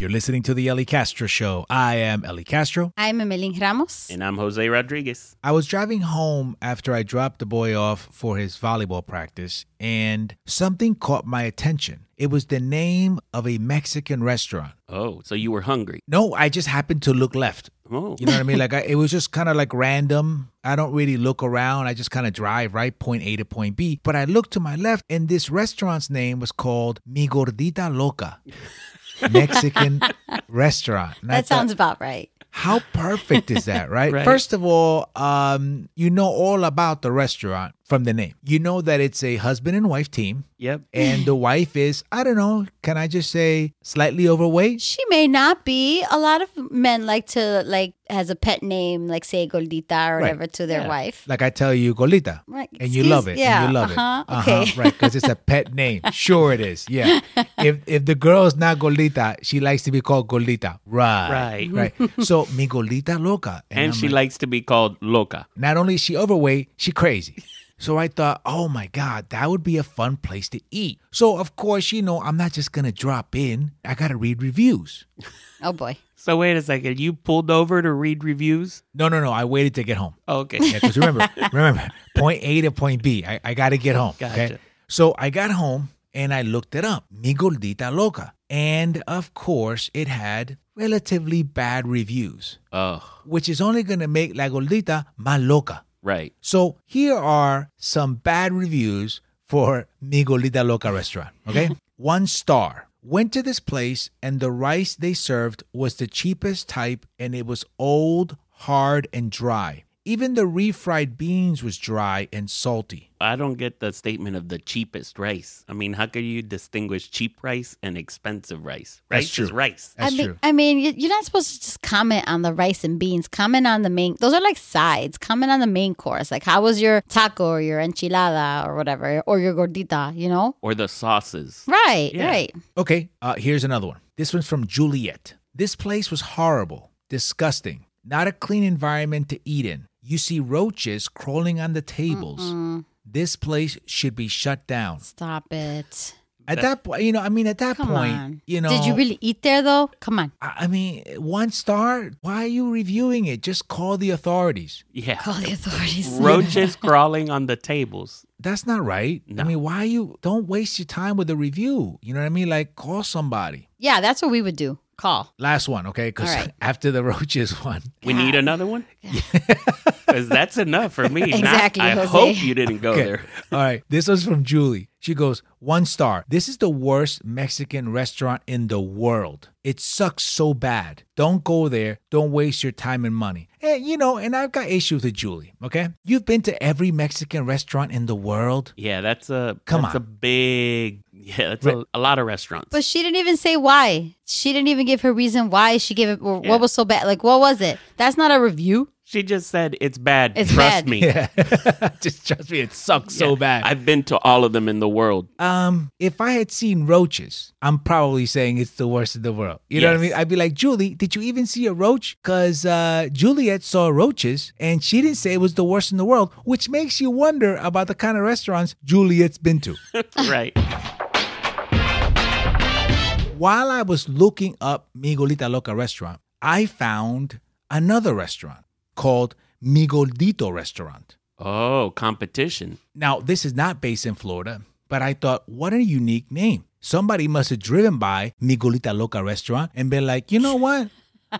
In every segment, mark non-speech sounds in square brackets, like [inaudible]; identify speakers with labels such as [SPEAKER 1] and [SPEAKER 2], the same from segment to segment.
[SPEAKER 1] You're listening to The Ellie Castro Show. I am Ellie Castro.
[SPEAKER 2] I'm Emeline Ramos.
[SPEAKER 3] And I'm Jose Rodriguez.
[SPEAKER 1] I was driving home after I dropped the boy off for his volleyball practice, and something caught my attention. It was the name of a Mexican restaurant.
[SPEAKER 3] Oh, so you were hungry.
[SPEAKER 1] No, I just happened to look left.
[SPEAKER 3] Oh.
[SPEAKER 1] You know what I mean? Like I, it was just kind of like random. I don't really look around. I just kind of drive right point A to point B. But I looked to my left, and this restaurant's name was called Mi Gordita
[SPEAKER 2] [laughs]
[SPEAKER 1] Loca Mexican restaurant. And I
[SPEAKER 2] that
[SPEAKER 1] thought,
[SPEAKER 2] sounds about right.
[SPEAKER 1] how perfect is that, right?
[SPEAKER 3] Right.
[SPEAKER 1] First of all, um, you know all about the restaurant from the name. You know that it's a husband and wife team,
[SPEAKER 3] Yep.
[SPEAKER 1] and the wife is, I don't know, can I just say slightly overweight?
[SPEAKER 2] She may not be. A lot of men like to like has a pet name, like say Goldita or whatever, to their
[SPEAKER 3] Yeah.
[SPEAKER 2] wife.
[SPEAKER 1] Like I tell you, Golita.
[SPEAKER 2] Like,
[SPEAKER 1] and you
[SPEAKER 2] excuse-
[SPEAKER 1] love it.
[SPEAKER 2] Yeah.
[SPEAKER 1] and you love
[SPEAKER 2] uh-huh,
[SPEAKER 1] it.
[SPEAKER 2] Okay.
[SPEAKER 1] Uh-huh, right, because it's a pet name. Sure, it is. Yeah. If if the girl's not Golita, she likes to be called Golita. Right.
[SPEAKER 3] Right.
[SPEAKER 1] Right. So mi Golita loca,
[SPEAKER 3] And
[SPEAKER 1] I'm
[SPEAKER 3] she
[SPEAKER 1] like,
[SPEAKER 3] likes to be called loca.
[SPEAKER 1] not only is she overweight, she crazy. So I thought, oh my God, that would be a fun place to eat. So of course, you know, I'm not just gonna drop in. I gotta read reviews.
[SPEAKER 2] Oh boy.
[SPEAKER 3] So wait a second. You pulled over to read reviews?
[SPEAKER 1] No, no, no. I waited to get home.
[SPEAKER 3] Okay.
[SPEAKER 1] Yeah, because remember, remember, point A to point B. I, I got to get home. Okay.
[SPEAKER 3] Gotcha.
[SPEAKER 1] So I got home and I looked it up, Mi Gordita Loca. And of course, it had relatively bad reviews,
[SPEAKER 3] [laughs] oh,
[SPEAKER 1] which is only going to make La Gordita más loca.
[SPEAKER 3] right.
[SPEAKER 1] So here are some bad reviews for Mi Gordita Loca restaurant.
[SPEAKER 2] [laughs]
[SPEAKER 1] Okay. One star. Went to this place and the rice they served was the cheapest type and it was old, hard, and dry. Even the refried beans was dry and salty.
[SPEAKER 3] I don't get the statement of the cheapest rice. I mean, how can you distinguish cheap rice and expensive rice?
[SPEAKER 1] That's
[SPEAKER 3] Rice
[SPEAKER 1] true.
[SPEAKER 3] is rice.
[SPEAKER 1] That's
[SPEAKER 2] I mean,
[SPEAKER 1] true.
[SPEAKER 2] I mean, you- you're not supposed to just comment on the rice and beans. Comment on the main. Those are like sides. Comment on the main course. Like, how was your taco or your enchilada or whatever, or your gordita? You know.
[SPEAKER 3] Or the sauces.
[SPEAKER 2] Right.
[SPEAKER 3] Yeah.
[SPEAKER 2] Right.
[SPEAKER 1] Okay, uh, here's another one. This one's from Juliet. This place was horrible, disgusting, not a clean environment to eat in. You see roaches crawling on the tables.
[SPEAKER 2] Mm,
[SPEAKER 1] This place should be shut down.
[SPEAKER 2] stop it.
[SPEAKER 1] At that point, you know, I mean, at that
[SPEAKER 2] Come
[SPEAKER 1] point,
[SPEAKER 2] on.
[SPEAKER 1] you know,
[SPEAKER 2] Did you really eat there though? Come on.
[SPEAKER 1] I I mean, one star. Why are you reviewing it? Just call the authorities.
[SPEAKER 3] Yeah. [laughs]
[SPEAKER 2] Call the authorities.
[SPEAKER 3] Roaches crawling on the tables.
[SPEAKER 1] That's not right. I
[SPEAKER 3] No.
[SPEAKER 1] mean, why you don't waste your time with a review? You know what I mean? Like, call somebody.
[SPEAKER 2] [laughs] Yeah, that's what we would do. Call.
[SPEAKER 1] Last one, okay? Because
[SPEAKER 2] All right.
[SPEAKER 1] [laughs] after the roaches one,
[SPEAKER 3] We need another [laughs] one? Because that's enough for me. Not-
[SPEAKER 2] Exactly,
[SPEAKER 3] I
[SPEAKER 2] Jose.
[SPEAKER 3] hope you didn't go
[SPEAKER 1] Okay.
[SPEAKER 3] Oh, there.
[SPEAKER 1] [laughs] All right. This was from Julie. She goes, one star. This is the worst Mexican restaurant in the world. It sucks so bad. Don't go there. Don't waste your time and money. And you know, and I've got issues with Julie. Okay. You've been to every Mexican restaurant in the world.
[SPEAKER 3] Yeah, that's a
[SPEAKER 1] Come
[SPEAKER 3] that's
[SPEAKER 1] on.
[SPEAKER 3] a big yeah, that's a, a lot of restaurants.
[SPEAKER 2] But she didn't even say why. She didn't even give her reason why she gave it. Or
[SPEAKER 3] Yeah.
[SPEAKER 2] What was so bad? Like, what was it? That's not a review.
[SPEAKER 3] she just said it's bad.
[SPEAKER 2] It's
[SPEAKER 3] Trust
[SPEAKER 2] bad.
[SPEAKER 3] me.
[SPEAKER 1] [laughs] Yeah. Just trust me, it sucks so
[SPEAKER 3] Yeah.
[SPEAKER 1] bad.
[SPEAKER 3] I've been to all of them in the
[SPEAKER 2] [laughs]
[SPEAKER 3] world.
[SPEAKER 1] um, if I had seen roaches, I'm probably saying it's the worst in the world. You know what I
[SPEAKER 3] Yes.
[SPEAKER 1] mean? I'd be like, Julie, did you even see a roach? Because uh, Juliet saw roaches and she didn't say it was the worst in the world, which makes you wonder about the kind of restaurants Juliet's been to.
[SPEAKER 3] right.
[SPEAKER 1] While I was looking up Migolita Loca restaurant, I found another restaurant called Migoldito Restaurant.
[SPEAKER 3] Oh, competition.
[SPEAKER 1] Now, this is not based in Florida, but I thought, what a unique name. Somebody must have driven by Migolita Loca restaurant and been like, you know what?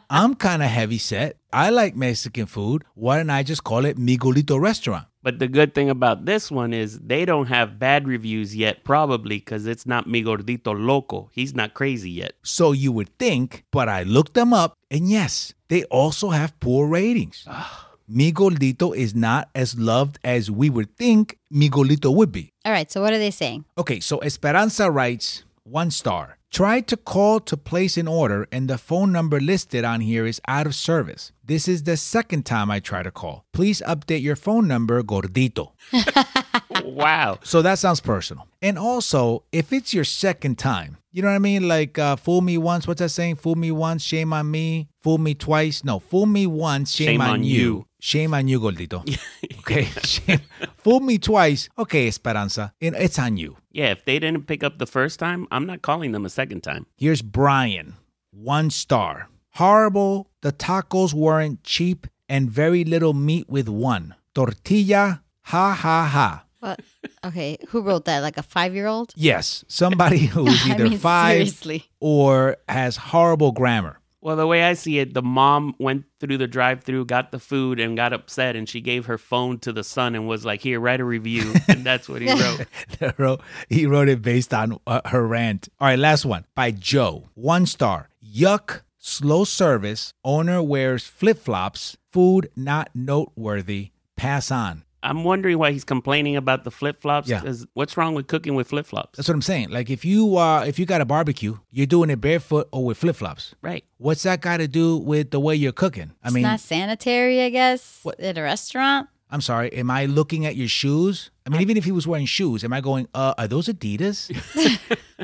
[SPEAKER 1] I'm kind of heavy set. I like Mexican food. Why don't I just call it Migolito restaurant?
[SPEAKER 3] But the good thing about this one is they don't have bad reviews yet, probably because it's not mi gordito loco. He's not crazy
[SPEAKER 2] [laughs]
[SPEAKER 3] yet.
[SPEAKER 1] So you would think, but I looked them up, and yes, they also have poor ratings. Migolito is not as loved as we would think Migolito would be.
[SPEAKER 2] All right. So what are they saying?
[SPEAKER 1] Okay, so Esperanza writes one star. Tried to call to place an order, and the phone number listed on here is out of service. This is the second time I try to call. Please update your phone number, Gordito.
[SPEAKER 3] wow.
[SPEAKER 1] So that sounds personal. And also, if it's your second time, you know what I mean? Like, uh, fool me once, what's that saying? Fool me once, shame on me. Fool me twice. No, fool me once, shame,
[SPEAKER 3] Shame
[SPEAKER 1] on,
[SPEAKER 3] on
[SPEAKER 1] you.
[SPEAKER 3] you.
[SPEAKER 1] Shame on you,
[SPEAKER 3] [laughs]
[SPEAKER 1] Gordito. okay, [laughs] shame. fool me twice. Okay, Esperanza, and it's on you.
[SPEAKER 3] Yeah, if they didn't pick up the first time, I'm not calling them a second time.
[SPEAKER 1] Here's Brian. one star. Horrible, the tacos weren't cheap and very little meat with one. Tortilla, ha ha ha.
[SPEAKER 2] What? [laughs] Okay, who wrote that? Like a five year old?
[SPEAKER 1] Yes, somebody
[SPEAKER 2] [laughs]
[SPEAKER 1] who's
[SPEAKER 2] I
[SPEAKER 1] either
[SPEAKER 2] mean,
[SPEAKER 1] five
[SPEAKER 2] seriously.
[SPEAKER 1] or has horrible grammar. [laughs]
[SPEAKER 3] Well, the way I see it, the mom went through the drive-through, got the food, and got upset, and she gave her phone to the son and was like, "Here, write
[SPEAKER 1] [laughs]
[SPEAKER 3] a review." and that's what he wrote.
[SPEAKER 1] He wrote- he wrote it based on uh, her rant. All right, last one by Joe. One star. Yuck. Slow service. Owner wears flip flops. Food not noteworthy. Pass on.
[SPEAKER 3] I'm wondering why he's complaining about the flip-flops.
[SPEAKER 1] Yeah.
[SPEAKER 3] 'cause what's wrong with cooking with flip-flops?
[SPEAKER 1] That's what I'm saying. Like if you uh if you got a barbecue, you're doing it barefoot or with flip flops.
[SPEAKER 3] right.
[SPEAKER 1] What's that got to do with the way you're cooking? I mean,
[SPEAKER 2] it's not sanitary, I guess,
[SPEAKER 1] What-
[SPEAKER 2] at a restaurant.
[SPEAKER 1] I'm sorry. Am I looking at your shoes? I mean, even if he was wearing shoes, am I going? Uh, are those
[SPEAKER 2] [laughs]
[SPEAKER 1] Adidas?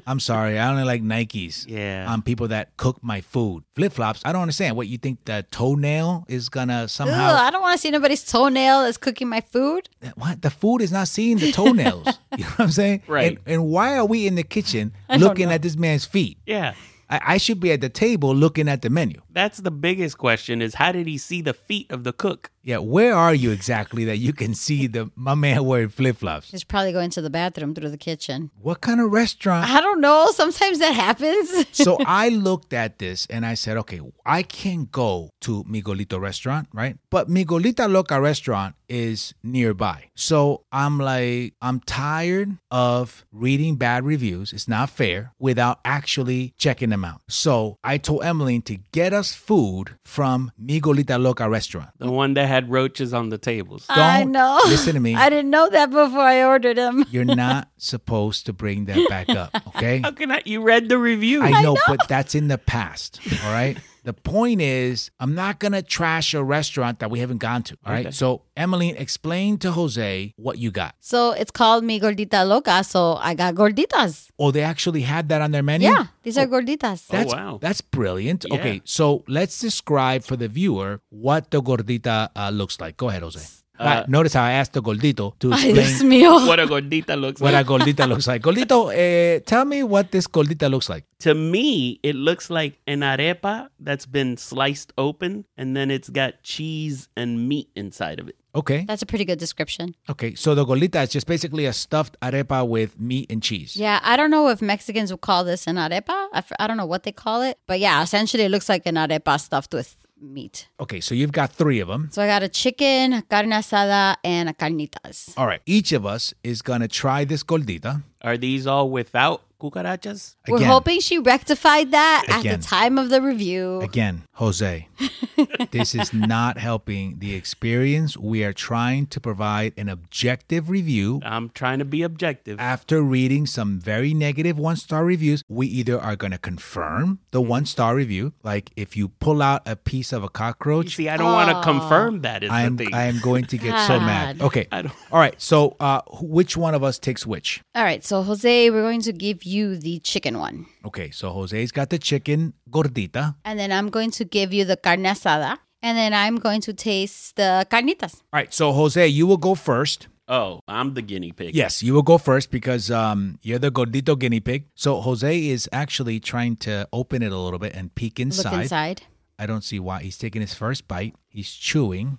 [SPEAKER 1] I'm sorry. I only like Nikes.
[SPEAKER 3] Yeah.
[SPEAKER 1] on people that cook my food. Flip flops. I don't understand. What you think the toenail is gonna
[SPEAKER 2] Ugh,
[SPEAKER 1] somehow?
[SPEAKER 2] I don't want to see nobody's toenail that's cooking my food.
[SPEAKER 1] What the food is not seeing the toenails.
[SPEAKER 2] [laughs]
[SPEAKER 1] you know what I'm saying?
[SPEAKER 3] Right.
[SPEAKER 1] And, and why are we in the kitchen
[SPEAKER 2] don't
[SPEAKER 1] looking at this man's feet?
[SPEAKER 3] yeah.
[SPEAKER 1] I, I should be at the table looking at the menu.
[SPEAKER 3] That's the biggest question: is how did he see the feet of the cook?
[SPEAKER 1] Yeah, where are you exactly that you can see the my man wearing flip flops?
[SPEAKER 2] He's probably going to the bathroom through the kitchen.
[SPEAKER 1] What kind of restaurant?
[SPEAKER 2] I don't know. Sometimes that happens. [laughs]
[SPEAKER 1] so I looked at this and I said, okay, I can go to Migolito restaurant, right? But Migolita Loca restaurant is nearby. So I'm like, I'm tired of reading bad reviews. It's not fair without actually checking them out. So I told Emmeline to get us food from Migolita Loca restaurant.
[SPEAKER 3] The one that had roaches on the tables.
[SPEAKER 1] Uh, [laughs]
[SPEAKER 2] I
[SPEAKER 1] Don't
[SPEAKER 2] know.
[SPEAKER 1] listen to me.
[SPEAKER 2] [laughs] I didn't know that before I ordered them.
[SPEAKER 1] You're not supposed to bring that back up, okay?
[SPEAKER 3] How can I? You read the review.
[SPEAKER 1] I know, but that's in the past. All right. The point is, I'm not going to trash a restaurant that we haven't gone to. All right.
[SPEAKER 3] Okay.
[SPEAKER 1] So, Emmeline, explain to Jose what you got.
[SPEAKER 2] So it's called Mi Gordita Loca. So I got gorditas.
[SPEAKER 1] Oh, they actually had that on their menu?
[SPEAKER 2] Yeah, these are gorditas.
[SPEAKER 1] That's,
[SPEAKER 3] Oh, wow.
[SPEAKER 1] That's brilliant.
[SPEAKER 3] Yeah.
[SPEAKER 1] Okay. So, let's describe for the viewer what the gordita uh, looks like. Go ahead, Jose. Uh, notice how I asked the gordito to
[SPEAKER 2] Ay, Dios
[SPEAKER 1] explain.
[SPEAKER 2] mío.
[SPEAKER 3] what a gordita looks
[SPEAKER 1] What
[SPEAKER 3] like.
[SPEAKER 1] a gordita looks like. Gordito, eh, tell me what this gordita looks like.
[SPEAKER 3] to me, it looks like an arepa that's been sliced open and then it's got cheese and meat inside of it.
[SPEAKER 1] Okay.
[SPEAKER 2] That's a pretty good description.
[SPEAKER 1] Okay. So, the gordita is just basically a stuffed arepa with meat and cheese.
[SPEAKER 2] Yeah, I don't know if Mexicans would call this an arepa. I, f- I don't know what they call it. But yeah, essentially it looks like an arepa stuffed with meat.
[SPEAKER 1] Okay, so you've got three of them.
[SPEAKER 2] So I got a chicken, a carne asada, and a carnitas.
[SPEAKER 1] All right, each of us is gonna try this gordita.
[SPEAKER 3] Are these all without cucarachas?
[SPEAKER 2] We're
[SPEAKER 1] Again.
[SPEAKER 2] hoping she rectified that at
[SPEAKER 1] Again.
[SPEAKER 2] the time of the review.
[SPEAKER 1] Again, Jose,
[SPEAKER 2] [laughs]
[SPEAKER 1] this is not helping the experience. We are trying to provide an objective review.
[SPEAKER 3] I'm trying to be objective.
[SPEAKER 1] After reading some very negative one star reviews, we either are going to confirm the
[SPEAKER 2] Mm-hmm.
[SPEAKER 1] one star review, like if you pull out a piece of a cockroach,
[SPEAKER 3] See, I don't want to confirm that is
[SPEAKER 1] I am,
[SPEAKER 3] the thing.
[SPEAKER 1] I am going to get
[SPEAKER 2] [laughs]
[SPEAKER 1] so mad.
[SPEAKER 2] God.
[SPEAKER 1] Okay.
[SPEAKER 3] I don't-
[SPEAKER 1] All right. So, uh, wh- which one of us takes which?
[SPEAKER 2] All right, so Jose, we're going to give you the chicken one.
[SPEAKER 1] Okay. So, Jose's got the chicken gordita.
[SPEAKER 2] And then I'm going to give you the carne asada. And then I'm going to taste the carnitas.
[SPEAKER 1] All right, so Jose, you will go first.
[SPEAKER 3] oh, I'm the guinea pig.
[SPEAKER 1] Yes, you will go first because um, you're the gordito guinea pig. So Jose is actually trying to open it a little bit and peek inside.
[SPEAKER 2] Look inside.
[SPEAKER 1] I don't see why he's taking his first bite. He's chewing.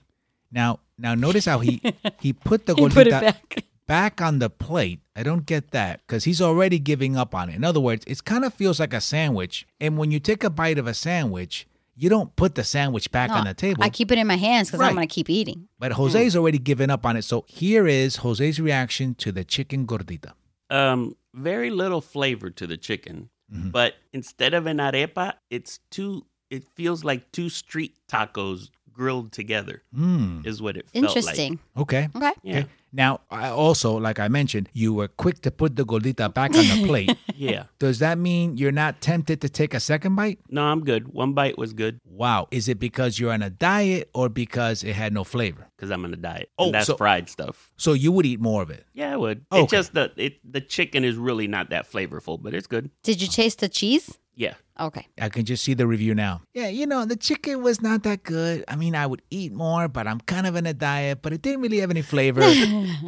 [SPEAKER 1] Now, now notice how
[SPEAKER 2] [laughs]
[SPEAKER 1] he he put the gordita
[SPEAKER 2] Put it back.
[SPEAKER 1] back on the plate. I don't get that because he's already giving up on it. In other words, it kind of feels like a sandwich. And when you take a bite of a sandwich, you don't put the sandwich back on the table.
[SPEAKER 2] I keep it in my hands because
[SPEAKER 1] Right.
[SPEAKER 2] I'm going to keep eating.
[SPEAKER 1] But Jose's already given up on it. So here is Jose's reaction to the chicken gordita.
[SPEAKER 3] Um, very little flavor to the chicken, but instead of an arepa, it's two. It feels like two street tacos grilled together.
[SPEAKER 1] Mm,
[SPEAKER 3] Is what it felt like.
[SPEAKER 2] Interesting.
[SPEAKER 1] okay.
[SPEAKER 2] Okay.
[SPEAKER 3] Yeah,
[SPEAKER 1] Now, I also, like I mentioned, you were quick to put the gordita back on the plate.
[SPEAKER 3] yeah.
[SPEAKER 1] Does that mean you're not tempted to take a second bite?
[SPEAKER 3] No, I'm good. One bite was good.
[SPEAKER 1] Wow. Is it because you're on a diet or because it had no flavor?
[SPEAKER 3] because I'm on a diet.
[SPEAKER 1] Oh,
[SPEAKER 3] and that's
[SPEAKER 1] so-
[SPEAKER 3] fried stuff.
[SPEAKER 1] So you would eat more of it.
[SPEAKER 3] Yeah, I would.
[SPEAKER 1] Okay.
[SPEAKER 3] It's just the it the chicken is really not that flavorful, but it's good.
[SPEAKER 2] Did you taste the cheese?
[SPEAKER 3] Yeah.
[SPEAKER 2] Okay.
[SPEAKER 1] I can just see the review now. Yeah, you know, the chicken was not that good. I mean, I would eat more, but I'm kind of in a diet, but it didn't really have any flavor.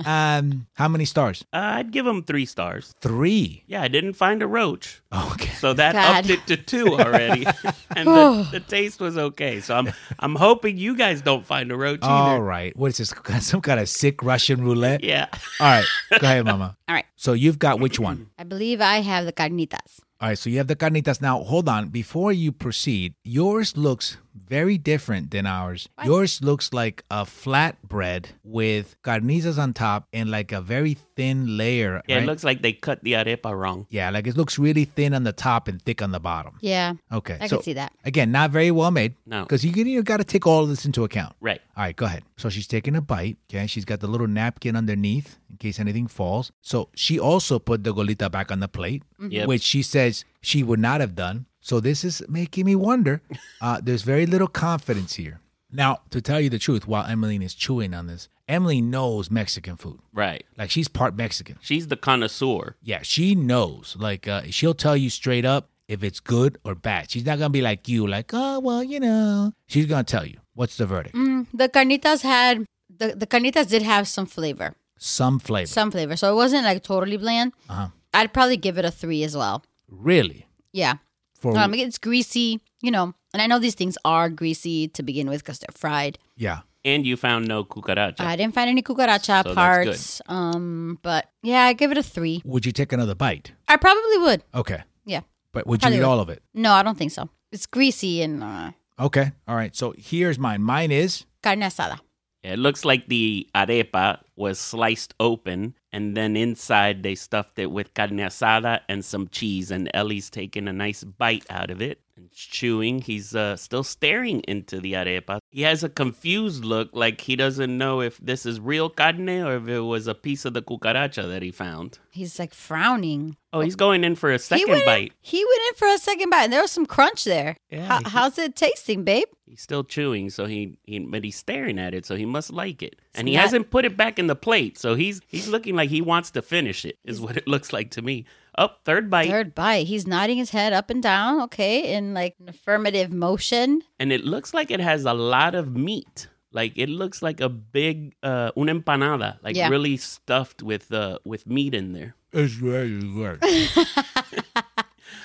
[SPEAKER 1] um, how many stars?
[SPEAKER 3] Uh, I'd give them three stars. [laughs]
[SPEAKER 1] Three.
[SPEAKER 3] Yeah, I didn't find a roach.
[SPEAKER 1] Okay.
[SPEAKER 3] So that
[SPEAKER 2] God.
[SPEAKER 3] upped it to two already. [laughs] and the, the taste was okay. So I'm I'm hoping you guys don't find a roach either.
[SPEAKER 1] All right. What is this? [laughs] Some kind of sick Russian roulette?
[SPEAKER 3] Yeah.
[SPEAKER 1] All right. Go ahead, Mama.
[SPEAKER 2] [laughs] All right.
[SPEAKER 1] So you've got which one?
[SPEAKER 2] I believe I have the carnitas.
[SPEAKER 1] All right, so you have the carnitas. Now, hold on. Before you proceed, yours looks very different than ours. Yours looks like a flatbread with carnitas on top and like a very thin layer.
[SPEAKER 3] Yeah,
[SPEAKER 1] right?
[SPEAKER 3] it looks like they cut the arepa wrong.
[SPEAKER 1] yeah, like it looks really thin on the top and thick on the bottom.
[SPEAKER 2] Yeah,
[SPEAKER 1] Okay.
[SPEAKER 2] I
[SPEAKER 1] so,
[SPEAKER 2] can see that.
[SPEAKER 1] Again, not very well made.
[SPEAKER 3] No.
[SPEAKER 1] Because you, you got to take all of this into account.
[SPEAKER 3] Right.
[SPEAKER 1] All right, go ahead. So she's taking a bite. Okay. She's got the little napkin underneath in case anything falls. So she also put the golita back on the plate,
[SPEAKER 3] Yep.
[SPEAKER 1] which she says she would not have done. So this is making me wonder. Uh, there's very little confidence here. Now, to tell you the truth, while Emmeline is chewing on this, Emily knows Mexican food.
[SPEAKER 3] Right.
[SPEAKER 1] Like she's part Mexican.
[SPEAKER 3] She's the connoisseur.
[SPEAKER 1] Yeah, she knows. Like uh, she'll tell you straight up if it's good or bad. She's not gonna be like you, like, oh well, you know. She's gonna tell you what's the verdict.
[SPEAKER 2] Mm, the carnitas had the, the carnitas did have some flavor,
[SPEAKER 1] Some flavor.
[SPEAKER 2] some flavor. So it wasn't like totally bland.
[SPEAKER 1] Uh-huh.
[SPEAKER 2] I'd probably give it a three as well.
[SPEAKER 1] Really?
[SPEAKER 2] Yeah,
[SPEAKER 1] For
[SPEAKER 2] um, it's greasy, you know. And I know these things are greasy to begin with because they're fried.
[SPEAKER 1] yeah.
[SPEAKER 3] And you found no cucaracha.
[SPEAKER 2] I didn't find any cucaracha
[SPEAKER 3] So that's
[SPEAKER 2] parts. Um, but yeah, I give it a three.
[SPEAKER 1] Would you take another bite?
[SPEAKER 2] I probably would.
[SPEAKER 1] Okay.
[SPEAKER 2] Yeah.
[SPEAKER 1] But would
[SPEAKER 2] Probably
[SPEAKER 1] you eat
[SPEAKER 2] would.
[SPEAKER 1] all of it?
[SPEAKER 2] No, I don't think so. It's greasy and uh,
[SPEAKER 1] Okay. All right. So here's mine. Mine is
[SPEAKER 2] carne asada.
[SPEAKER 3] It looks like the arepa was sliced open, and then inside they stuffed it with carne asada and some cheese. And Ellie's taking a nice bite out of it and chewing. He's uh, still staring into the arepa. He has a confused look, like he doesn't know if this is real carne or if it was a piece of the cucaracha that he found.
[SPEAKER 2] He's like frowning.
[SPEAKER 3] Oh, he's going in for a
[SPEAKER 2] he
[SPEAKER 3] second
[SPEAKER 2] went
[SPEAKER 3] bite.
[SPEAKER 2] In, he went in for a second bite, and there was some crunch there.
[SPEAKER 3] Yeah,
[SPEAKER 2] How,
[SPEAKER 3] he-
[SPEAKER 2] how's it tasting, babe?
[SPEAKER 3] He's still chewing, so he, he but he's staring at it, so he must like it. And he
[SPEAKER 2] not-
[SPEAKER 3] hasn't put it back in the plate, so he's he's looking like he wants to finish it. Is what it [laughs] looks like to me. Up third bite,
[SPEAKER 2] Third bite. He's nodding his head up and down, okay, in like an affirmative motion.
[SPEAKER 3] and it looks like it has a lot of meat. Like it looks like a big uh, una empanada, like
[SPEAKER 2] Yeah.
[SPEAKER 3] really stuffed with uh, with meat in there.
[SPEAKER 1] it's very good.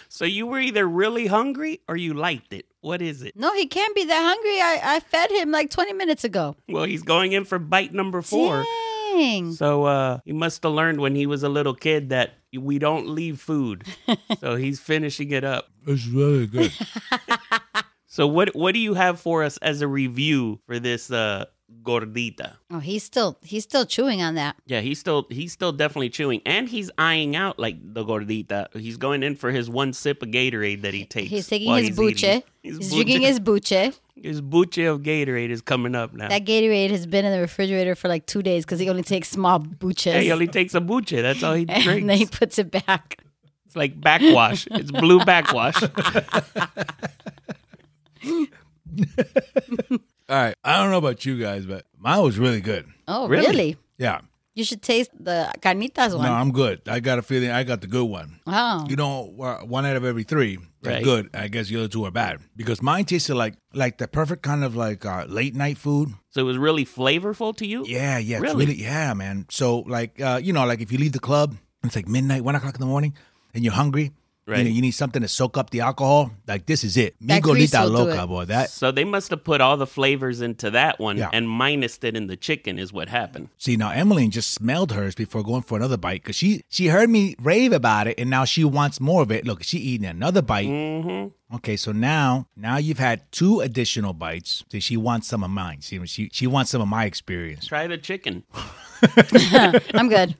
[SPEAKER 3] So you were either really hungry or you liked it. What is it?
[SPEAKER 2] No, he can't be that hungry. I, I fed him like 20 minutes ago.
[SPEAKER 3] Well, he's going in for bite number four.
[SPEAKER 2] Dang.
[SPEAKER 3] So uh, he must have learned when he was a little kid that we don't
[SPEAKER 2] [laughs]
[SPEAKER 3] leave food. so he's finishing it up.
[SPEAKER 1] it's very good.
[SPEAKER 3] So what what do you have for us as a review for this uh, gordita?
[SPEAKER 2] Oh, he's still he's still chewing on that.
[SPEAKER 3] Yeah, he's still he's still definitely chewing, and he's eyeing out like the gordita. He's going in for his one sip of Gatorade that he takes.
[SPEAKER 2] He's taking
[SPEAKER 3] while
[SPEAKER 2] his buche.
[SPEAKER 3] eating.
[SPEAKER 2] He's,
[SPEAKER 3] His
[SPEAKER 2] drinking
[SPEAKER 3] buche- [laughs]
[SPEAKER 2] his buche.
[SPEAKER 3] his buche of Gatorade is coming up now.
[SPEAKER 2] That Gatorade has been in the refrigerator for like two days because he only takes small buches.
[SPEAKER 3] yeah, he
[SPEAKER 2] [laughs]
[SPEAKER 3] only takes a buche. That's all he drinks.
[SPEAKER 2] and then he puts it back.
[SPEAKER 3] It's like backwash. It's blue
[SPEAKER 2] [laughs]
[SPEAKER 3] backwash.
[SPEAKER 1] All right. I don't know about you guys, but mine was really good.
[SPEAKER 2] Oh,
[SPEAKER 3] Really?
[SPEAKER 2] really?
[SPEAKER 1] Yeah.
[SPEAKER 2] You should taste the carnitas one.
[SPEAKER 4] No, I'm good. I got a feeling I got the good one.
[SPEAKER 2] oh,
[SPEAKER 4] You know, uh, one out of every three are
[SPEAKER 3] Right.
[SPEAKER 4] good. I guess the other two are bad because mine tasted like like the perfect kind of like uh, late night food.
[SPEAKER 3] so it was really flavorful to you.
[SPEAKER 4] Yeah, yeah,
[SPEAKER 3] Really?
[SPEAKER 4] really? really, yeah, man. So like, uh, you know, like if you leave the club, it's like midnight, one o'clock in the morning, and you're hungry.
[SPEAKER 3] Right.
[SPEAKER 4] You, know, you need something to soak up the alcohol. Like this is it.
[SPEAKER 2] That grease
[SPEAKER 4] Migolita
[SPEAKER 2] will do
[SPEAKER 4] loca,
[SPEAKER 2] it.
[SPEAKER 4] boy. That
[SPEAKER 3] So they must have put all the flavors into that one
[SPEAKER 4] Yeah.
[SPEAKER 3] and minused it in the chicken is what happened.
[SPEAKER 4] See now, Emmeline just smelled hers before going for another bite because she she heard me rave about it, and now she wants more of it. Look, she eating another bite. Mm-hmm. Okay, so now now you've had two additional bites. See, she wants some of mine. See, she she wants some of my experience.
[SPEAKER 3] Try the chicken.
[SPEAKER 2] I'm good.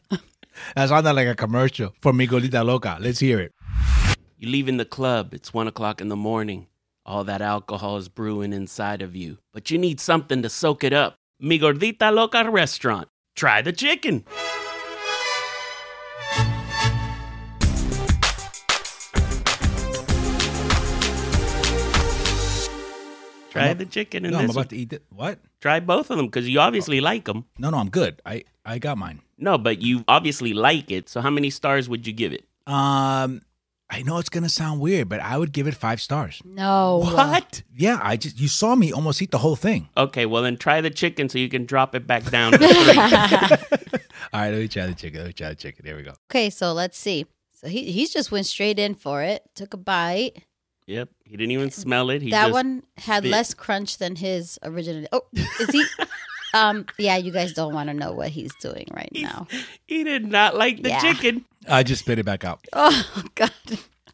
[SPEAKER 4] That sounded like a commercial for Migolita Loca. Let's hear it.
[SPEAKER 3] You leave in the club, it's one o'clock in the morning. All that alcohol is brewing inside of you, but you need something to soak it up. Mi Gordita Loca restaurant. Try the chicken. Try the chicken and
[SPEAKER 4] No, I'm
[SPEAKER 3] this one.
[SPEAKER 4] about Oh. to eat it. What?
[SPEAKER 3] Try both of them because you obviously like them.
[SPEAKER 4] No, no, I'm good. I I got mine.
[SPEAKER 3] No, but you obviously like it. So how many stars would you give it?
[SPEAKER 4] Um,
[SPEAKER 1] I know it's gonna sound weird, but I would give it five stars.
[SPEAKER 2] No.
[SPEAKER 3] What?
[SPEAKER 1] Yeah, I just you saw me almost eat the whole thing. [laughs]
[SPEAKER 3] Okay, well then try the chicken so you can drop it back down
[SPEAKER 2] [laughs]
[SPEAKER 3] to three.
[SPEAKER 1] All right, let me try the chicken. Let me try the chicken. There we go.
[SPEAKER 2] Okay, so let's see. So he he just went straight in for it. Took a bite.
[SPEAKER 3] yep. He didn't even smell it. He
[SPEAKER 2] that
[SPEAKER 3] just,
[SPEAKER 2] one had
[SPEAKER 3] bit.
[SPEAKER 2] less crunch than his original. Oh, is
[SPEAKER 3] [laughs]
[SPEAKER 2] he? um. Yeah, you guys don't want to know what he's doing right now.
[SPEAKER 3] He did not like the
[SPEAKER 2] Yeah.
[SPEAKER 3] chicken.
[SPEAKER 1] I just spit it back out.
[SPEAKER 2] Oh God.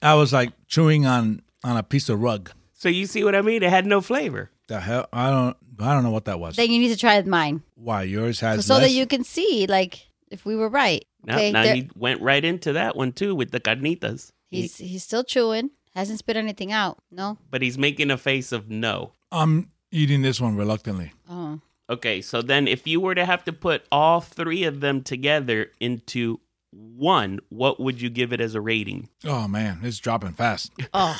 [SPEAKER 1] I was like chewing on on a piece of rug.
[SPEAKER 3] So you see what I mean? It had no flavor.
[SPEAKER 1] The hell, I don't I don't know what that was.
[SPEAKER 2] Then you need to try mine,
[SPEAKER 1] Why yours has
[SPEAKER 2] so
[SPEAKER 1] less?
[SPEAKER 2] that you can see like if we were right.
[SPEAKER 3] Now,
[SPEAKER 2] okay.
[SPEAKER 3] now
[SPEAKER 2] there-
[SPEAKER 3] he went right into that one too with the carnitas. He-
[SPEAKER 2] he's he's still chewing. Hasn't spit anything out. No.
[SPEAKER 3] but he's making a face of no.
[SPEAKER 1] I'm eating this one reluctantly.
[SPEAKER 2] Oh.
[SPEAKER 3] [laughs] Okay, so then if you were to have to put all three of them together into one, what would you give it as a rating?
[SPEAKER 1] Oh man, it's dropping fast.
[SPEAKER 2] Oh.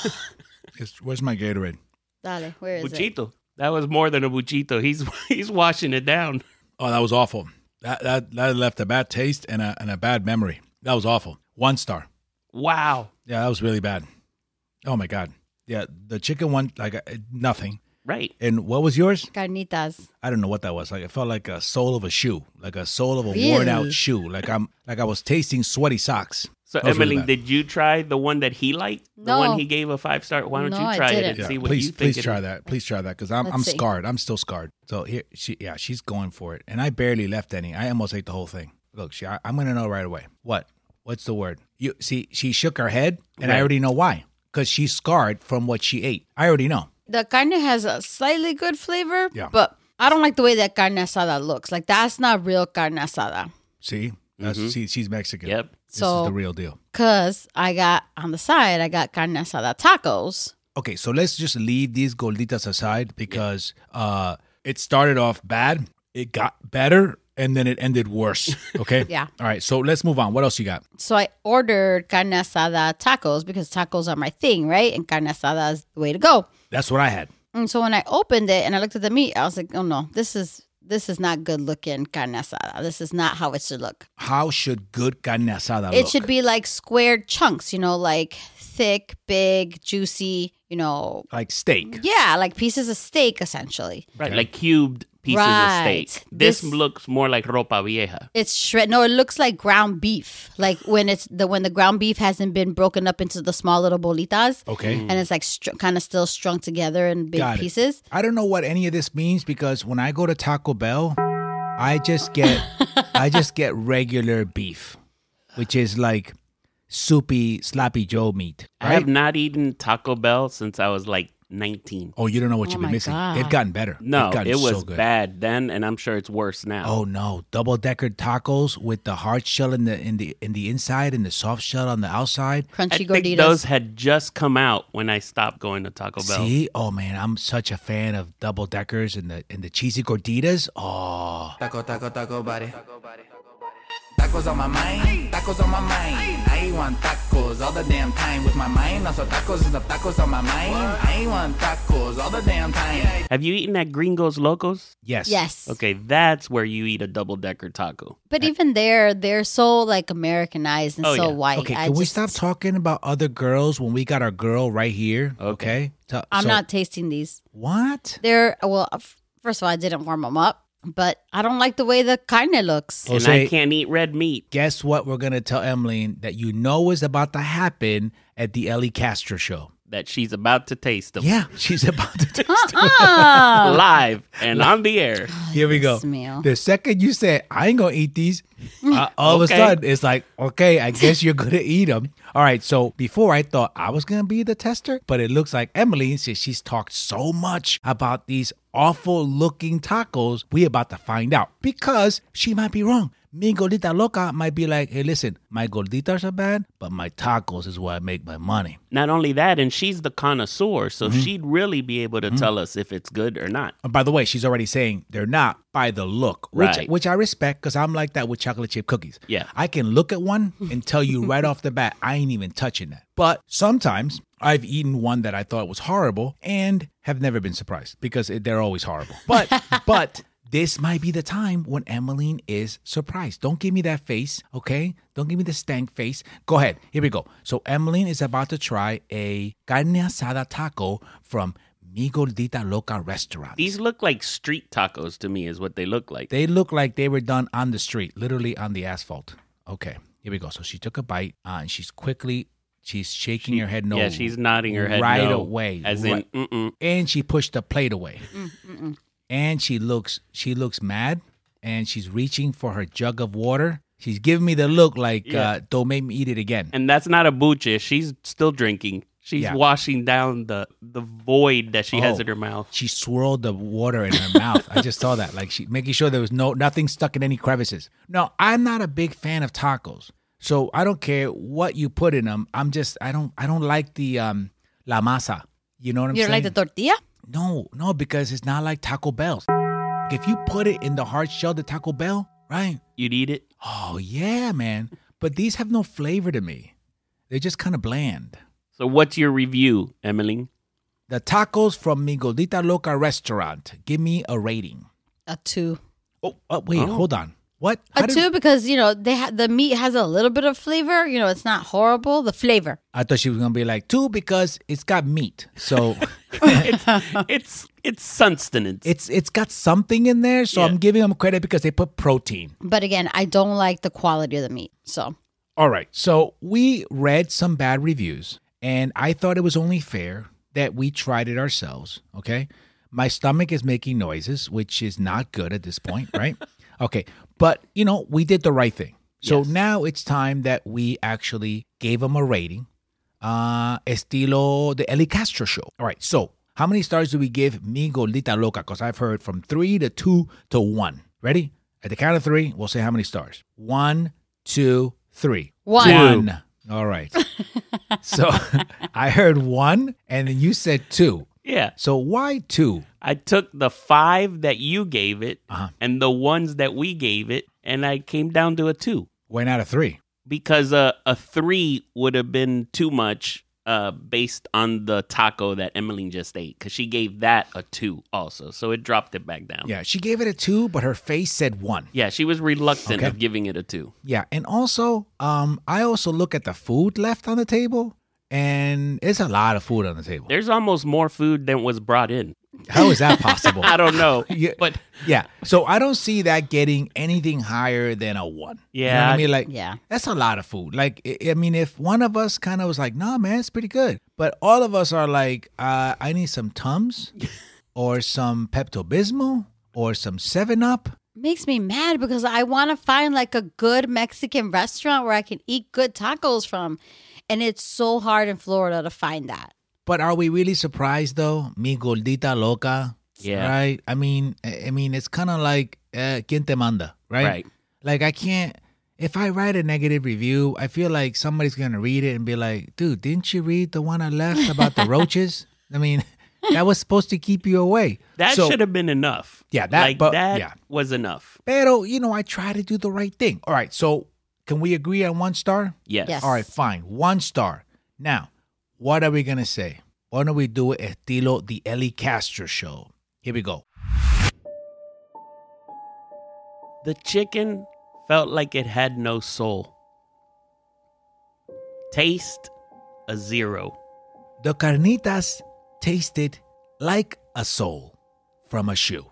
[SPEAKER 1] It's, where's my Gatorade?
[SPEAKER 2] Dale. Where is it?
[SPEAKER 3] Buchito. That was more than a buchito. He's [laughs] he's washing it down.
[SPEAKER 1] Oh, that was awful. That that, that left a bad taste and a and a bad memory. That was awful. One star.
[SPEAKER 3] Wow.
[SPEAKER 1] Yeah, that was really bad. Oh my god. Yeah, the chicken one like uh, nothing.
[SPEAKER 3] Right.
[SPEAKER 1] And what was yours?
[SPEAKER 2] Carnitas.
[SPEAKER 1] I don't know what that was. Like it felt like a sole of a shoe, like a sole of a worn
[SPEAKER 2] Really?
[SPEAKER 1] out shoe. Like I'm like I was tasting sweaty socks.
[SPEAKER 3] So
[SPEAKER 1] That was really
[SPEAKER 3] Emily,
[SPEAKER 1] bad.
[SPEAKER 3] did you try the one that he liked? The
[SPEAKER 2] No.
[SPEAKER 3] one he gave a five star. Why don't
[SPEAKER 2] No,
[SPEAKER 3] you
[SPEAKER 2] I
[SPEAKER 3] try it
[SPEAKER 2] didn't.
[SPEAKER 3] and see what
[SPEAKER 1] please,
[SPEAKER 3] you think?
[SPEAKER 1] please
[SPEAKER 3] it
[SPEAKER 1] try
[SPEAKER 3] is?
[SPEAKER 1] that. Please try that because I'm
[SPEAKER 2] Let's
[SPEAKER 1] I'm
[SPEAKER 2] see.
[SPEAKER 1] scarred. I'm still scarred. So here she yeah she's going for it, and I barely left any. I almost ate the whole thing. Look, she I, I'm gonna know right away. What? What's the word? You see, she shook her head, and I
[SPEAKER 3] Right.
[SPEAKER 1] already know why. Because she's scarred from what she ate. I already know.
[SPEAKER 2] the carne has a slightly good flavor,
[SPEAKER 1] Yeah.
[SPEAKER 2] but I don't like the way that carne asada looks. Like that's not real carne asada.
[SPEAKER 1] See, That's, see, she's Mexican.
[SPEAKER 3] Mm-hmm. Yep.
[SPEAKER 1] This
[SPEAKER 2] So-
[SPEAKER 1] is the real deal.
[SPEAKER 2] Cause I got on the side, I got carne asada tacos.
[SPEAKER 1] Okay, so let's just leave these gorditas aside because uh, it started off bad, it got better, and then it ended
[SPEAKER 2] [laughs]
[SPEAKER 1] worse. Okay.
[SPEAKER 2] Yeah.
[SPEAKER 1] All right. So let's move on. What else you got?
[SPEAKER 2] So I ordered carne asada tacos because tacos are my thing, right? And carne asada is the way to go.
[SPEAKER 1] That's what I had.
[SPEAKER 2] And so when I opened it and I looked at the meat, I was like, oh no, this is this is not good looking carne asada. This is not how it should look.
[SPEAKER 1] How should good carne asada
[SPEAKER 2] it
[SPEAKER 1] look?
[SPEAKER 2] should be like squared chunks, you know, like thick, big, juicy, you know.
[SPEAKER 1] like steak.
[SPEAKER 2] Yeah, like pieces of steak essentially.
[SPEAKER 3] Right. Like cubed pieces
[SPEAKER 2] Right.
[SPEAKER 3] of steak. This,
[SPEAKER 2] This-
[SPEAKER 3] looks more like ropa vieja.
[SPEAKER 2] It's shred. No, it looks like ground beef. Like when it's the when the ground beef hasn't been broken up into the small little bolitas,
[SPEAKER 1] Okay.
[SPEAKER 2] and it's like str- kind of still strung together in big
[SPEAKER 1] Mm. Got it.
[SPEAKER 2] pieces.
[SPEAKER 1] I don't know what any of this means because when I go to Taco Bell, I just get I just get regular beef, which is like soupy, sloppy Joe meat.
[SPEAKER 3] I
[SPEAKER 1] Right?
[SPEAKER 3] have not eaten Taco Bell since I was like 19.
[SPEAKER 1] oh, you don't know what
[SPEAKER 2] Oh
[SPEAKER 1] you've been
[SPEAKER 2] my
[SPEAKER 1] missing.
[SPEAKER 2] God.
[SPEAKER 1] They've gotten better.
[SPEAKER 3] No,
[SPEAKER 1] They've gotten
[SPEAKER 3] it was
[SPEAKER 1] so good.
[SPEAKER 3] bad then, and I'm sure it's worse now.
[SPEAKER 1] Oh no, double decker tacos with the hard shell in the in the in the inside and the soft shell on the outside.
[SPEAKER 3] I
[SPEAKER 2] Crunchy
[SPEAKER 3] think
[SPEAKER 2] gorditas.
[SPEAKER 3] those had just come out when I stopped going to Taco Bell.
[SPEAKER 1] See, oh man, I'm such a fan of double deckers and the and the cheesy gorditas. Oh,
[SPEAKER 5] Taco, taco, taco body. Tacos on my mind, tacos on my mind. I want tacos all the damn time with my mind. Also tacos is the tacos on my mind. I want tacos all the damn time.
[SPEAKER 3] Have you eaten at Gringos Locos?
[SPEAKER 1] yes,
[SPEAKER 2] yes,
[SPEAKER 3] Okay, that's where you eat a double decker taco.
[SPEAKER 2] but even there, they're so like Americanized and
[SPEAKER 3] Oh,
[SPEAKER 2] so
[SPEAKER 3] yeah.
[SPEAKER 2] white.
[SPEAKER 1] Okay,
[SPEAKER 2] I
[SPEAKER 1] can we
[SPEAKER 2] just-
[SPEAKER 1] stop talking about other girls when we got our girl right here? Okay, So-
[SPEAKER 2] I'm
[SPEAKER 1] so-
[SPEAKER 2] not tasting these.
[SPEAKER 1] What?
[SPEAKER 2] They're well. f- First of all, I didn't warm them up, but I don't like the way the carne looks.
[SPEAKER 1] Oh,
[SPEAKER 3] and
[SPEAKER 1] say-
[SPEAKER 3] I can't eat red meat.
[SPEAKER 1] Guess what? We're gonna tell Emmeline that you know is about to happen at the Ellie Castro show.
[SPEAKER 3] That she's about to taste them
[SPEAKER 1] Yeah, she's about
[SPEAKER 3] [laughs]
[SPEAKER 1] to.
[SPEAKER 2] Ah,
[SPEAKER 3] live and on the air.
[SPEAKER 1] Here we go.
[SPEAKER 2] this meal. Mm.
[SPEAKER 1] The second you said, I ain't gonna eat these, uh, all
[SPEAKER 3] Okay.
[SPEAKER 1] of a sudden it's like, okay, I guess you're gonna [laughs] eat them. All right, so before I thought I was gonna be the tester, but it looks like Emily, since she's talked so much about these awful looking tacos, we about to find out because she might be wrong. Me gordita loca might be like, hey, listen, my gorditas are bad, but my tacos is where I make my money.
[SPEAKER 3] Not only that, and she's the connoisseur, so
[SPEAKER 1] Mm-hmm.
[SPEAKER 3] she'd really be able to tell us if it's good or not.
[SPEAKER 1] And by the way, she's already saying they're not by the look, which
[SPEAKER 3] Right.
[SPEAKER 1] which I respect because I'm like that with chocolate chip cookies.
[SPEAKER 3] Yeah.
[SPEAKER 1] I can look at one and tell you right off the bat, I ain't even touching that. But sometimes I've eaten one
[SPEAKER 3] [laughs]
[SPEAKER 1] that I thought was horrible and have never been surprised because it, they're always horrible. But but This might be the time when Emmeline is surprised. Don't give me that face, okay? Don't give me the stank face. Go ahead. Here we go. So Emmeline is about to try a carne asada taco from Migoldita Loca restaurant.
[SPEAKER 3] These look like street tacos to me, is what they look like.
[SPEAKER 1] They look like they were done on the street, literally on the asphalt. Okay, here we go. So she took a bite uh, and she's quickly she's shaking her head no.
[SPEAKER 3] yeah, she's nodding her head
[SPEAKER 1] right
[SPEAKER 3] no,
[SPEAKER 1] away.
[SPEAKER 3] As
[SPEAKER 1] Right.
[SPEAKER 3] in, mm-mm.
[SPEAKER 1] and she pushed the plate away. And she looks she looks mad and she's reaching for her jug of water. She's giving me the look like uh, don't make me eat it again.
[SPEAKER 3] and that's not a buche. She's still drinking. She's
[SPEAKER 1] Yeah.
[SPEAKER 3] washing down the the void that she has
[SPEAKER 1] Oh.
[SPEAKER 3] in her mouth.
[SPEAKER 1] She swirled the water in her mouth. I just saw that. Like she making sure there was no nothing stuck in any crevices. No, I'm not a big fan of tacos. So I don't care what you put in them. I'm just I don't I don't like the um la masa. [laughs] You know what I'm
[SPEAKER 2] You
[SPEAKER 1] saying?
[SPEAKER 2] don't like the tortilla?
[SPEAKER 1] No, no, because it's not like Taco Bell's. If you put it in the hard shell to Taco Bell, right?
[SPEAKER 3] You'd eat it.
[SPEAKER 1] Oh yeah, man. But these have no flavor to me. They're just kind of bland.
[SPEAKER 3] So what's your review, Emily?
[SPEAKER 1] The tacos from Migodita Loca restaurant. Give me a rating.
[SPEAKER 2] A two.
[SPEAKER 1] Oh, oh wait, hold on. What? How
[SPEAKER 2] A
[SPEAKER 1] did-
[SPEAKER 2] Uh, two because you know they ha- the meat has a little bit of flavor. You know, it's not horrible. The flavor.
[SPEAKER 1] I thought she was gonna be like two because it's got meat. So
[SPEAKER 3] it's it's sustenance.
[SPEAKER 1] it's it's got something in there. So
[SPEAKER 3] Yeah.
[SPEAKER 1] I'm giving them credit because they put protein.
[SPEAKER 2] But again, I don't like the quality of the meat. So
[SPEAKER 1] All right. So we read some bad reviews, and I thought it was only fair that we tried it ourselves. Okay. My stomach is making noises, which is not good at this point, right? okay. But, you know, we did the right thing. So now it's time that we actually gave them a rating. Uh, estilo the Eli Castro show. All right. So how many stars do we give Mi Golita Loca? Because I've heard from three to two to one. Ready? At the count of three, we'll say how many stars. One, two, three.
[SPEAKER 2] One.
[SPEAKER 3] Two.
[SPEAKER 1] One. All right. so [laughs] I heard one, and then you said two.
[SPEAKER 3] yeah.
[SPEAKER 1] So why two?
[SPEAKER 3] I took the five that you gave it
[SPEAKER 1] Uh-huh.
[SPEAKER 3] and the ones that we gave it, and I came down to a two
[SPEAKER 1] Went out of three.
[SPEAKER 3] because a, a three would have been too much uh, based on the taco that Emmeline just ate because she gave that a two also. So it dropped it back down.
[SPEAKER 1] Yeah, she gave it a two, but her face said one.
[SPEAKER 3] Yeah, she was reluctant
[SPEAKER 1] Okay.
[SPEAKER 3] of giving it a two.
[SPEAKER 1] Yeah, and also, um, I also look at the food left on the table, and it's a lot of food on the table.
[SPEAKER 3] There's almost more food than was brought in.
[SPEAKER 1] How is that possible?
[SPEAKER 3] [laughs]
[SPEAKER 1] [laughs]
[SPEAKER 3] I don't know.
[SPEAKER 1] Yeah.
[SPEAKER 3] But
[SPEAKER 1] yeah, so I don't see that getting anything higher than a one. you know
[SPEAKER 3] Yeah,
[SPEAKER 1] what
[SPEAKER 3] I-
[SPEAKER 1] I mean, like,
[SPEAKER 2] yeah,
[SPEAKER 1] That's a lot of food. Like, I- I mean, if one of us kind of was like, nah, man, it's pretty good. But all of us are like, uh, I need some Tums
[SPEAKER 3] [laughs]
[SPEAKER 1] or some Pepto Bismol or some 7 Up.
[SPEAKER 2] makes me mad because I want to find like a good Mexican restaurant where I can eat good tacos from, and it's so hard in Florida to find that.
[SPEAKER 1] But are we really surprised though? Mi Goldita Loca.
[SPEAKER 3] Yeah.
[SPEAKER 1] Right? I mean, I I mean, it's kind of like, uh, quien te manda, right?
[SPEAKER 3] Right.
[SPEAKER 1] Like, I can't. If I write a negative review, I feel like somebody's gonna read it and be like, "Dude, didn't you read the one I left about
[SPEAKER 3] [laughs]
[SPEAKER 1] the roaches?" I mean, [laughs] that was supposed to keep you away.
[SPEAKER 3] that
[SPEAKER 1] So-
[SPEAKER 3] should have been enough.
[SPEAKER 1] Yeah, that-
[SPEAKER 3] like
[SPEAKER 1] but-
[SPEAKER 3] that
[SPEAKER 1] yeah.
[SPEAKER 3] was enough.
[SPEAKER 1] Pero, you know, I try to do the right thing. All right, so can we agree on one star?
[SPEAKER 3] Yes.
[SPEAKER 2] Yes.
[SPEAKER 1] All right, fine. One star. Now, what are we going to say? Why don't we do it estilo the Ellie Castro show? Here we go.
[SPEAKER 3] The chicken felt like it had no soul. Taste a zero.
[SPEAKER 1] The carnitas tasted like a soul from a shoe.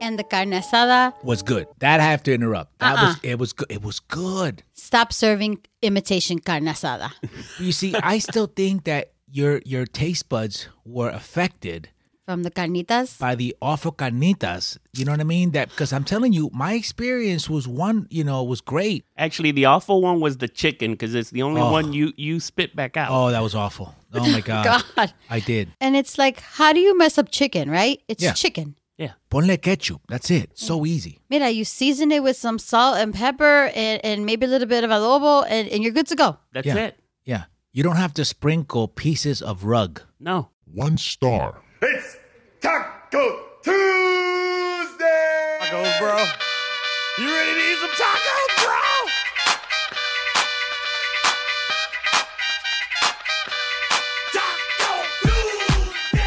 [SPEAKER 2] And the carne asada,
[SPEAKER 1] Was good. That I have to interrupt. That
[SPEAKER 2] Uh-uh.
[SPEAKER 1] was it was good. It was good.
[SPEAKER 2] stop serving imitation carne asada.
[SPEAKER 1] You see, I still [laughs] think that your your taste buds were affected
[SPEAKER 2] From the carnitas,
[SPEAKER 1] by the awful carnitas. You know what I mean? That because I'm telling you, my experience was one. You know, was great.
[SPEAKER 3] Actually, the awful one was the chicken because it's the only
[SPEAKER 1] Oh.
[SPEAKER 3] one you you spit back out.
[SPEAKER 1] Oh, that was awful. Oh
[SPEAKER 2] [laughs]
[SPEAKER 1] my god,
[SPEAKER 2] God.
[SPEAKER 1] I did.
[SPEAKER 2] And it's like, how do you mess up chicken, right? It's
[SPEAKER 1] Yeah.
[SPEAKER 2] chicken.
[SPEAKER 3] Yeah.
[SPEAKER 1] Ponle ketchup. That's it. So easy.
[SPEAKER 2] Mira, you season it with some salt and pepper and, and maybe a little bit of adobo, and, and you're good to go.
[SPEAKER 3] That's
[SPEAKER 1] Yeah.
[SPEAKER 3] it.
[SPEAKER 1] Yeah, you don't have to sprinkle pieces of rug.
[SPEAKER 3] No.
[SPEAKER 6] One star.
[SPEAKER 7] It's Taco Tuesday! Tacos, bro. You ready to eat some tacos, bro? Taco Tuesday!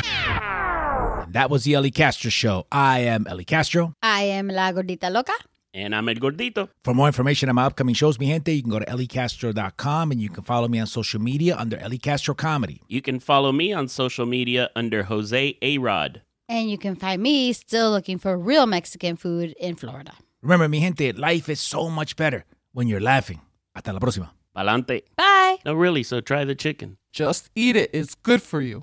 [SPEAKER 1] And That was the Ellie Castro Show. I am Ellie Castro.
[SPEAKER 2] I am La Gordita Loca.
[SPEAKER 3] And I'm El Gordito.
[SPEAKER 1] For more information on my upcoming shows, mi gente, you can go to elliecastro.com and you can follow me on social media under Ellie Castro Comedy.
[SPEAKER 3] You can follow me on social media under Jose Arod.
[SPEAKER 2] And you can find me still looking for real Mexican food in Florida.
[SPEAKER 1] Remember, mi gente, life is so much better when you're laughing. Hasta la próxima.
[SPEAKER 3] Palante.
[SPEAKER 2] Bye.
[SPEAKER 3] No, really, so try the chicken.
[SPEAKER 5] Just eat it. It's good for you.